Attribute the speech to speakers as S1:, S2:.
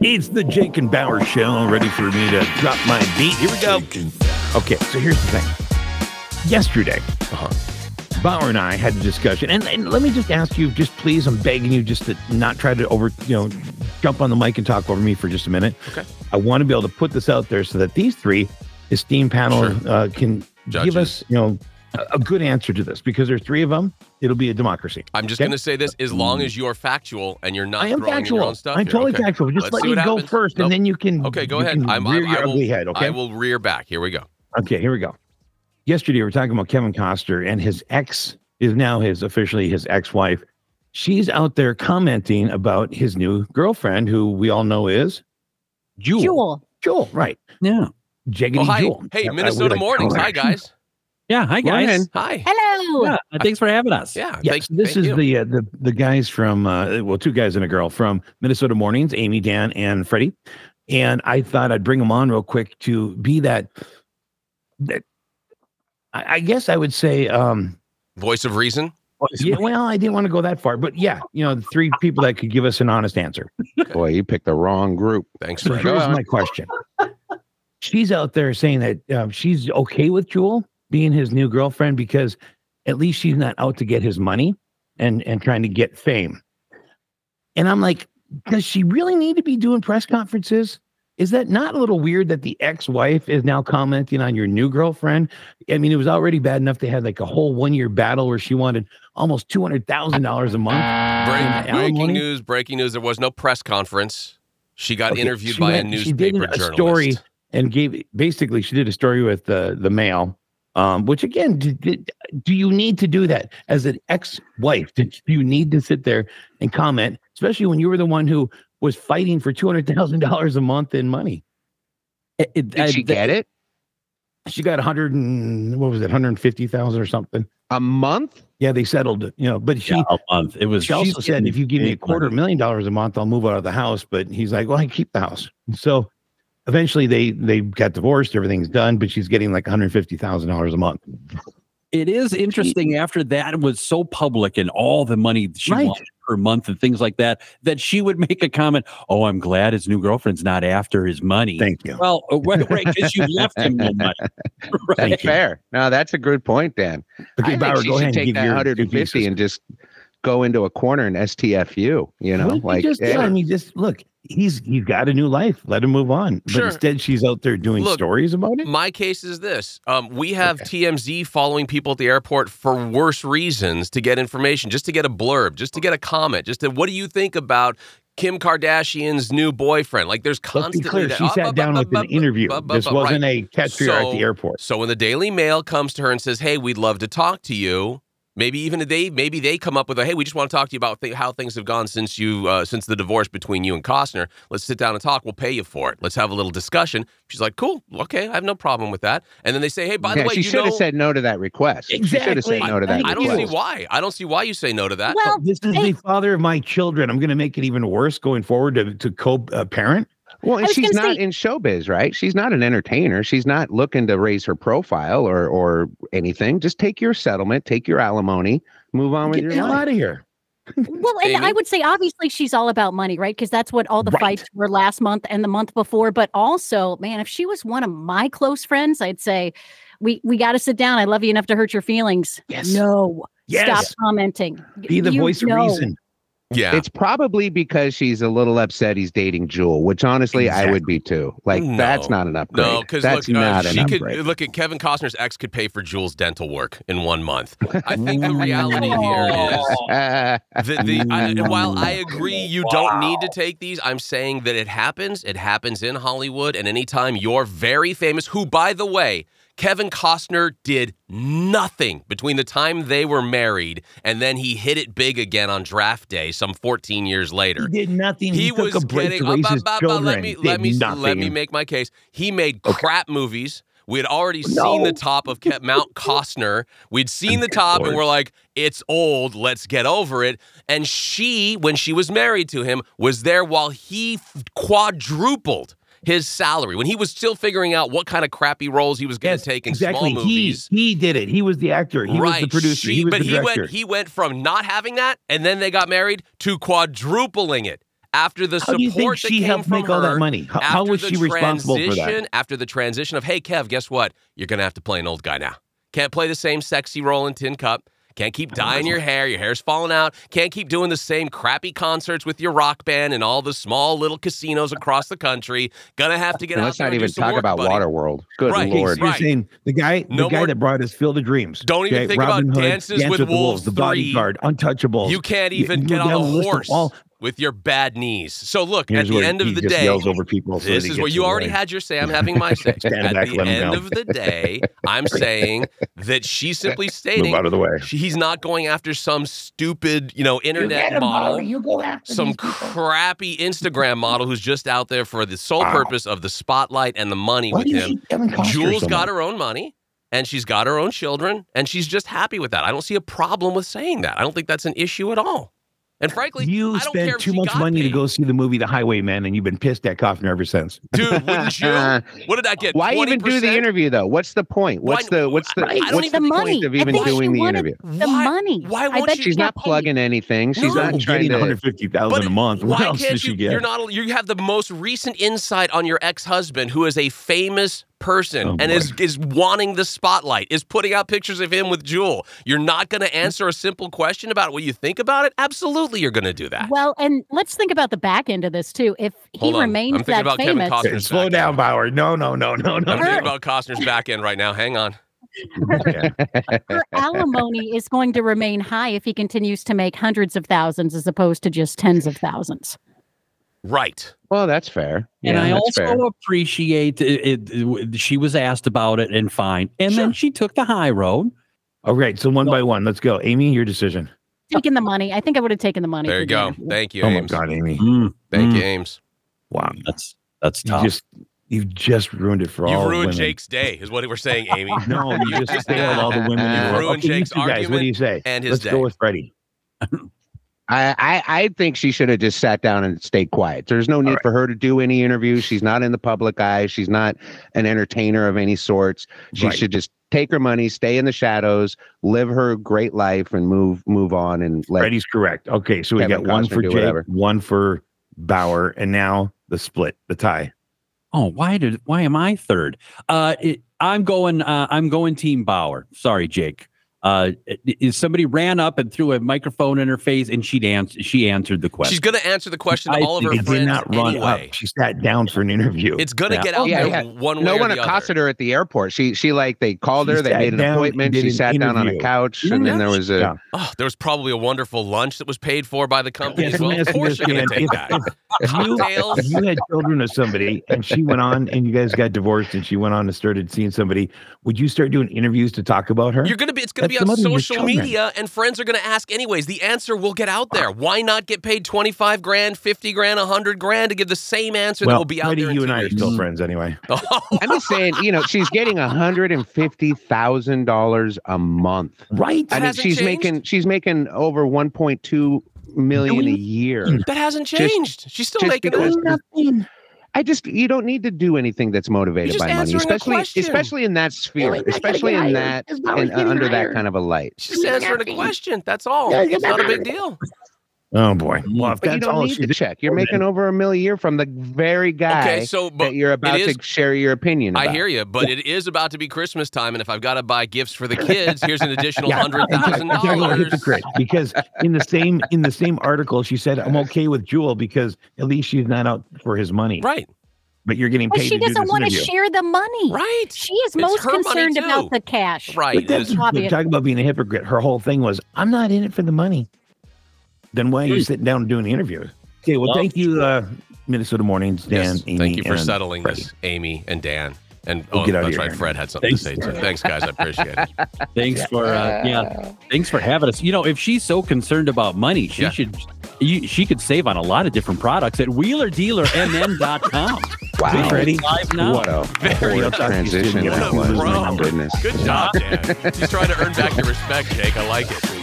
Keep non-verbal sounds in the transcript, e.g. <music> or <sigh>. S1: It's the Jake and Bauer show, ready for me to drop my beat. Here we go. Okay, so here's the thing. Yesterday,
S2: Uh-huh.
S1: Bauer and I had a discussion, and, and let me just ask you, just please, I'm begging you, just to not try to over, you know, jump on the mic and talk over me for just a minute.
S2: Okay.
S1: I want to be able to put this out there so that these three esteemed panel
S2: Sure.
S1: uh, can
S2: Judges.
S1: give us, you know, a, a good answer to this because there's three of them. It'll be a democracy.
S2: I'm just
S1: Okay.
S2: going to say this: as long as you are factual and you're not
S1: I am
S2: throwing in your
S1: factual.
S2: own stuff,
S1: I'm
S2: here,
S1: totally
S2: okay.
S1: factual. Just
S2: Let's
S1: let
S2: see
S1: me
S2: what
S1: go
S2: happens.
S1: first,
S2: Nope.
S1: and then you can
S2: Okay, go
S1: you
S2: ahead.
S1: can
S2: I'm-
S1: rear
S2: I'm-
S1: your
S2: I will-
S1: ugly head. Okay.
S2: I will rear back. Here we go.
S1: Okay, here we go. Yesterday, we were talking about Kevin Costner and his ex is now his officially his ex wife. She's out there commenting about his new girlfriend, who we all know is Jewel. Jewel,
S3: Jewel.
S1: right?
S4: Yeah.
S1: Jaggedy
S2: Oh, hi.
S1: Jewel.
S2: Hey,
S1: Yeah, I-
S2: Minnesota
S1: we're like,
S2: mornings. Hi,
S1: correct.
S2: guys.
S4: Yeah. Hi, guys.
S2: Ryan. Hi.
S3: Hello.
S4: Yeah. uh, Thanks for having us.
S2: Yeah.
S1: Yes,
S2: thank-
S1: this
S2: thank
S1: is
S2: you.
S1: the, uh, the the guys from uh, well, two guys and a girl from Minnesota Mornings, Amy, Dan, and Freddie. And I thought I'd bring them on real quick to be that. that I, I guess I would say, um,
S2: voice of reason.
S1: yeah, well, I didn't want to go that far, but yeah, you know, the three people that could give us an honest answer.
S5: Boy, you picked the wrong group.
S2: Thanks,
S1: So
S2: Fred.
S1: here's
S5: on.
S1: my question. She's out there saying that um, she's okay with Jewel being his new girlfriend because at least she's not out to get his money and and trying to get fame. And I'm like, does she really need to be doing press conferences? Is that not a little weird that the ex-wife is now commenting on your new girlfriend? I mean, it was already bad enough they had like a whole one-year battle where she wanted almost two hundred thousand dollars a month.
S2: Break, breaking
S1: alimony?
S2: news! Breaking news! There was no press conference. She got
S1: Okay,
S2: interviewed
S1: she
S2: by a
S1: went- she did
S2: newspaper
S1: a
S2: journalist.
S1: story and gave basically she did a story with the the Mail, um, which again, do, do- do you need to do that as an ex-wife? Did you need to sit there and comment, especially when you were the one who was fighting for two hundred thousand dollars a month in money?
S4: It- it-
S5: Did
S4: I-
S5: she
S4: th-
S5: get it?
S1: She got a hundred and what was it, hundred fifty thousand or something?
S5: A month?
S1: Yeah, they settled it, you know. But she
S4: yeah, a month. It was.
S1: she also
S4: she's
S1: said,
S4: getting
S1: if you give me a
S4: big
S1: quarter
S4: money.
S1: million dollars a month, I'll move out of the house. But he's like, well, I keep the house. So eventually they they got divorced. Everything's done, but she's getting like $150,000 a month.
S4: it is interesting after that was so public and all the money that she
S1: Right.
S4: wanted per month and things like that that she would make a comment. Oh, I'm glad his new girlfriend's not after his money.
S1: Thank you.
S4: well, uh, right, because you left him no money. <laughs> Right.
S1: Thank you.
S5: Fair. No, that's a good point, Dan. I
S1: Okay,
S5: think
S1: Bauer,
S5: she
S1: go
S5: should
S1: ahead and
S5: take
S1: give
S5: that
S1: your two
S5: 150
S1: pieces.
S5: and just go into a corner and STFU. You know,
S1: What did you
S5: like eh.
S1: just
S5: hey,
S1: tell him? You just look. He's he's got a new life. Let him move on. But
S2: Sure.
S1: instead, she's out there doing
S2: Look,
S1: stories about it.
S2: My case is this: um, we have TMZ following people at the airport for worse reasons to get information, just to get a blurb, just to get a comment, just to what do you think about Kim Kardashian's new boyfriend? Like, there's
S1: Let's be
S2: constantly
S1: clear.
S2: that-
S1: She
S2: ah,
S1: sat
S2: bah,
S1: down
S2: bah,
S1: with
S2: bah,
S1: an
S2: bah,
S1: interview.
S2: bah, bah,
S1: This
S2: bah, right.
S1: wasn't a catcher at
S2: So-
S1: the airport.
S2: So when the Daily Mail comes to her and says, "Hey, we'd love to talk to you," maybe even a day, maybe they come up with a, "Hey, we just want to talk to you about th- how things have gone since you uh, since the divorce between you and Costner. Let's sit down and talk. We'll pay you for it. Let's have a little discussion." She's like, "Cool, okay, I have no problem with that." And then they say, "Hey, by the
S5: yeah,
S2: way,
S5: she
S2: you
S5: should
S2: know,
S5: have said no to that request. She should have
S1: Exactly.
S5: said no to that.
S2: I don't
S5: request.
S2: see why. I don't see why you say no to that."
S3: Well,
S1: this is the
S3: hey-
S1: father of my children. I'm going to make it even worse going forward to to co-parent.
S5: Well, and
S3: was
S5: she's
S3: gonna
S5: not
S3: say-
S5: in showbiz, right? She's not an entertainer. She's not looking to raise her profile or or anything. Just take your settlement, take your alimony, move on with
S1: Get the
S5: your
S1: hell
S5: life.
S1: out of here.
S3: Well, and
S2: Amy?
S3: I would say obviously she's all about money, right? Because that's what all the
S1: Right.
S3: fights were last month and the month before. But also, man, if she was one of my close friends, I'd say we we got to sit down. I love you enough to hurt your feelings.
S1: Yes.
S3: No. Stop
S1: Yes.
S3: commenting. Y-
S1: Be the
S3: you
S1: voice
S3: know.
S1: of reason.
S2: yeah,
S5: It's probably because she's a little upset he's dating Jewel, which honestly I would be too. Like
S2: No.
S5: that's not an upgrade.
S2: No, because
S5: that's
S2: look, uh,
S5: not an
S2: she could
S5: upgrade. <laughs>
S2: look at Kevin Costner's ex could pay for Jules' dental work in one month. I think the reality here is
S5: Uh,
S2: the,
S5: <laughs>
S2: the, I, and while I agree you don't need to take these, I'm saying that it happens. It happens in Hollywood. And anytime you're very famous, who, by the way, Kevin Costner did nothing between the time they were married and then he hit it big again on draft day some 14 years later.
S1: He did nothing. He,
S2: He,
S1: took
S2: was
S1: a break
S2: getting.
S1: to raise
S2: uh,
S1: his
S2: bah, bah, bah,
S1: children.
S2: let me
S1: Did
S2: let me let
S1: nothing.
S2: me make my case. He made crap movies. We had already seen
S1: No.
S2: the top of Ke- Mount Costner. We'd seen the top, and we're like, "It's old. Let's get over it." And she, when she was married to him, was there while he f- quadrupled his salary when he was still figuring out what kind of crappy roles he was going to
S1: Yes,
S2: take in
S1: exactly.
S2: small movies.
S1: He he did it. He was the actor. He was
S2: right,
S1: the producer.
S2: She,
S1: he was
S2: but
S1: the
S2: he
S1: director.
S2: went he went from not having that, and then they got married to quadrupling it. after the
S1: How
S2: support
S1: do you think
S2: that
S1: she
S2: came
S1: helped
S2: from
S1: make all
S2: her,
S1: that money? How, how
S2: after
S1: was
S2: the
S1: she responsible for that?
S2: transition- After the transition of, hey, Kev, guess what? You're going to have to play an old guy now. Can't play the same sexy roll in Tin Cup. Can't keep dyeing your hair. Your hair's falling out. Can't keep doing the same crappy concerts with your rock band and all the small little casinos across the country. Gonna have to get
S5: And
S2: out
S5: let's
S2: there
S5: not
S2: and do
S5: even
S2: some
S5: talk
S2: work,
S5: about
S2: buddy.
S5: Waterworld. Good
S2: Right.
S1: Okay, so
S5: lord.
S1: you're
S2: Right.
S1: saying the guy,
S2: No
S1: the guy
S2: more-
S1: that brought us Field of Dreams.
S2: Don't even think about Dances with Wolves
S1: the
S2: 3.
S1: bodyguard, untouchables.
S2: You can't
S1: You-
S2: even
S1: you
S2: get
S1: go
S2: on
S1: down the
S2: a
S1: list of
S2: horse
S1: all-
S2: with your bad knees. So look,
S5: Here's
S2: at the
S5: where
S2: end
S5: he
S2: of the
S5: just
S2: day,
S5: yells over people. so
S2: this
S5: that he
S2: is where
S5: gets
S2: you
S5: his
S2: already
S5: way.
S2: had your say. I'm having my
S5: <laughs>
S2: say. At
S5: Stand back,
S2: the
S5: let him
S2: end
S5: go.
S2: of the day,
S5: <laughs>
S2: I'm saying that she's simply
S5: move
S2: stating
S5: out of the way.
S2: she- he's not going after some stupid, you know, internet model,
S1: You go after
S2: some crappy Instagram model who's just out there for the sole
S5: Wow.
S2: purpose of the spotlight and the money with him. Jules got her own money and she's got her own children and she's just happy with that. I don't see a problem with saying that. I don't think that's an issue at all. And frankly,
S1: You
S2: I don't care
S1: spent
S2: if
S1: too
S2: she
S1: much
S2: got
S1: money to
S2: paid.
S1: go see the movie The Highwayman, and you've been pissed at Kaufman ever since.
S2: dude, wouldn't
S5: <laughs>
S2: you? What did I get?
S5: Why even do
S2: 20%?
S5: the interview though? What's the point? What's
S2: Why-
S5: the what's the
S2: I- I don't
S5: what's
S2: even-
S5: the
S3: The
S5: point
S3: money.
S5: of
S3: I
S5: even
S3: think she
S5: doing the
S3: wanted-
S5: interview?
S3: The
S2: Why-
S3: money.
S2: Why
S3: I
S2: won't
S3: bet
S2: you?
S5: She's not
S3: got paid.
S5: plugging anything. She's
S2: No.
S5: not trying
S1: getting one
S5: to.
S1: hundred fifty thousand a month. What
S2: why
S1: else
S2: can't
S1: did
S2: you?
S1: she get?
S2: You're not. You have the most recent insight on your ex-husband, who is a famous person
S1: Oh,
S2: and
S1: boy.
S2: is is wanting the spotlight. Is putting out pictures of him with Jewel. You're not going to answer a simple question about what you think about it. Absolutely, you're going to do that.
S3: Well, and let's think about the back end of this too. If he
S2: Hold on.
S3: remains
S2: I'm thinking
S3: that
S2: about Kevin
S3: famous,
S2: Costner.
S1: Okay, slow
S2: back
S1: down,
S2: end.
S1: Bauer. No, no, no, no,
S2: I'm
S1: no.
S2: thinking
S3: Her-
S2: about Costner's back end right now. Hang on.
S1: Yeah.
S3: her alimony is going to remain high if he continues to make hundreds of thousands as opposed to just tens of thousands.
S2: Right.
S5: Well, that's fair.
S4: And
S5: Yeah,
S4: I
S5: that's
S4: also
S5: fair.
S4: appreciate uh, it, it- She was asked about it and fine, and then she took the high road.
S1: All right, so one by one, let's go. Amy, your decision.
S3: Taking the money, I think I would have taken the money.
S2: There
S3: for
S2: you
S3: the
S2: go.
S3: interview.
S2: Thank you,
S1: Oh my
S2: Ames.
S1: God, Amy!
S4: Mm,
S2: Thank
S4: mm,
S2: you, Ames.
S1: Wow,
S4: That's that's
S1: you
S4: tough.
S1: just you just ruined it for
S2: You
S1: all.
S2: ruined
S1: women.
S2: Jake's day, is what we're saying, Amy.
S1: <laughs> No, you just failed all the women. in the world.
S2: Ruined
S1: Okay, you
S2: Jake's
S1: two guys, what do you say?
S2: and his
S1: Let's
S2: day.
S1: go with Freddie.
S5: I, I I think she should have just sat down and stayed quiet. There's no need for her to do any interviews. She's not in the public eye. She's not an entertainer of any sorts. She
S1: Right.
S5: should just take her money, stay in the shadows, live her great life, and move move on and let
S1: Freddie's correct. Okay, so we
S5: Kevin
S1: got one
S5: Costner,
S1: for
S5: do
S1: Jake,
S5: whatever.
S1: one for Bauer, and now the split, the tie.
S4: Oh, why did why am I third? Uh, it, I'm going. Uh, I'm going Team Bauer. Sorry, Jake. Uh, it- it- somebody ran up and threw a microphone in her face, and she answered. She answered the question.
S2: She's going to answer the question to
S4: I
S2: all of her
S1: It
S2: friends
S1: did not run
S2: anyway.
S1: up. She sat down for an interview.
S2: It's going to
S4: Yeah.
S2: get out
S5: Oh, Yeah,
S2: there
S5: yeah.
S2: one way
S5: no
S2: or
S5: one
S2: the other.
S5: accosted her at the airport. She she like they called
S1: She
S5: her, they
S1: sat
S5: made an
S1: down and
S5: appointment,
S1: did
S5: she
S1: an
S5: sat down on a
S1: interview.
S5: couch, and then there was a
S1: Yeah.
S2: Oh, there was probably a wonderful lunch that was paid for by the company.
S1: Yes,
S2: as well,
S1: let me
S2: of
S1: ask you
S2: course,
S1: this,
S2: you're
S1: Dan.
S2: going to take
S1: If-
S2: that.
S1: if you- <laughs>
S2: Cocktails.
S1: you had children with somebody and she went on and you guys got divorced and she went on and started seeing somebody, would you start doing interviews to talk about her?
S2: You're gonna be. It's gonna
S1: That's
S2: be
S1: the
S2: on
S1: mother of your
S2: social
S1: children.
S2: media, and friends are gonna ask anyways. The answer will get out there. Why not get paid twenty five grand, fifty grand, hundred grand to give the same answer that
S1: well,
S2: will be out
S1: Freddie,
S2: there? in
S1: you
S2: two
S1: and I are
S2: weeks?
S1: still friends anyway.
S2: <laughs> Oh,
S5: I'm just saying, you know, she's getting hundred and fifty thousand dollars a month.
S1: Right?
S5: I mean,
S2: hasn't
S5: she's
S2: changed?
S5: making she's making over one point two million a year.
S2: that hasn't
S5: Just-
S2: changed. She's still
S5: just
S2: making.
S1: <laughs>
S5: because-
S2: it.
S1: Nothing.
S5: I just you don't need to do anything that's
S2: You're
S5: motivated
S2: just
S5: by money,
S2: answering a
S5: especially
S2: question.
S5: especially in that sphere, especially in that and uh, under that kind of a light.
S2: She's just answering a question. That's all. It's not a big deal.
S1: Oh boy. Well, if
S5: But you
S1: that's
S5: don't
S1: all
S5: need
S1: she
S5: to
S1: did,
S5: check. You're making over a million a year from the very guy
S2: Okay, so but
S5: that you're about
S2: is-
S5: to share your opinion. About.
S2: I hear you, but it is about to be Christmas time, and if I've got to buy gifts for the kids, here's an
S1: <laughs>
S2: additional
S1: Yeah,
S2: hundred thousand
S1: I'm talking about a
S2: dollars.
S1: hypocrite because in the same in the same article she said I'm okay with Jewel because at least she's not out for his money.
S2: Right,
S1: But you're getting
S3: But
S1: paid
S3: she
S1: to do
S3: doesn't
S1: this
S3: want to
S1: interview.
S3: share the money.
S2: right,
S3: She is most
S2: her money,
S3: concerned
S2: too.
S3: about the cash.
S2: right.
S1: But that's
S2: It's-
S3: Lobby it.
S1: talking about being a hypocrite. Her whole thing was, I'm not in it for the money. Then why are
S2: Hmm.
S1: you sitting down and doing the interview? Okay, well,
S4: Well-
S1: thank you, uh, Minnesota Mornings, Dan.
S2: yes,
S1: Amy,
S2: thank you for
S1: and
S2: settling
S1: Freddie.
S2: this, Amy and Dan. And
S1: We'll
S2: oh,
S1: get out of
S2: that's
S1: here,
S2: right.
S1: Aaron.
S2: Fred had something to say
S4: Thanks.
S2: too. Thanks, guys. I appreciate it.
S4: Thanks for uh, yeah. Thanks for having us. You know, if she's so concerned about money, she
S2: Yeah.
S4: should you, she could save on a lot of different products at wheelerdealermn.com.
S1: Hey,
S5: Wow.
S1: Freddie.
S4: Live now.
S5: What a
S2: Very
S5: poor
S1: tough
S2: <laughs>
S5: transition
S1: decision.
S5: that
S1: What a
S5: was.
S2: bro.
S5: My goodness.
S2: Good job, Dan. He's trying to earn back your respect, Jake. I like it.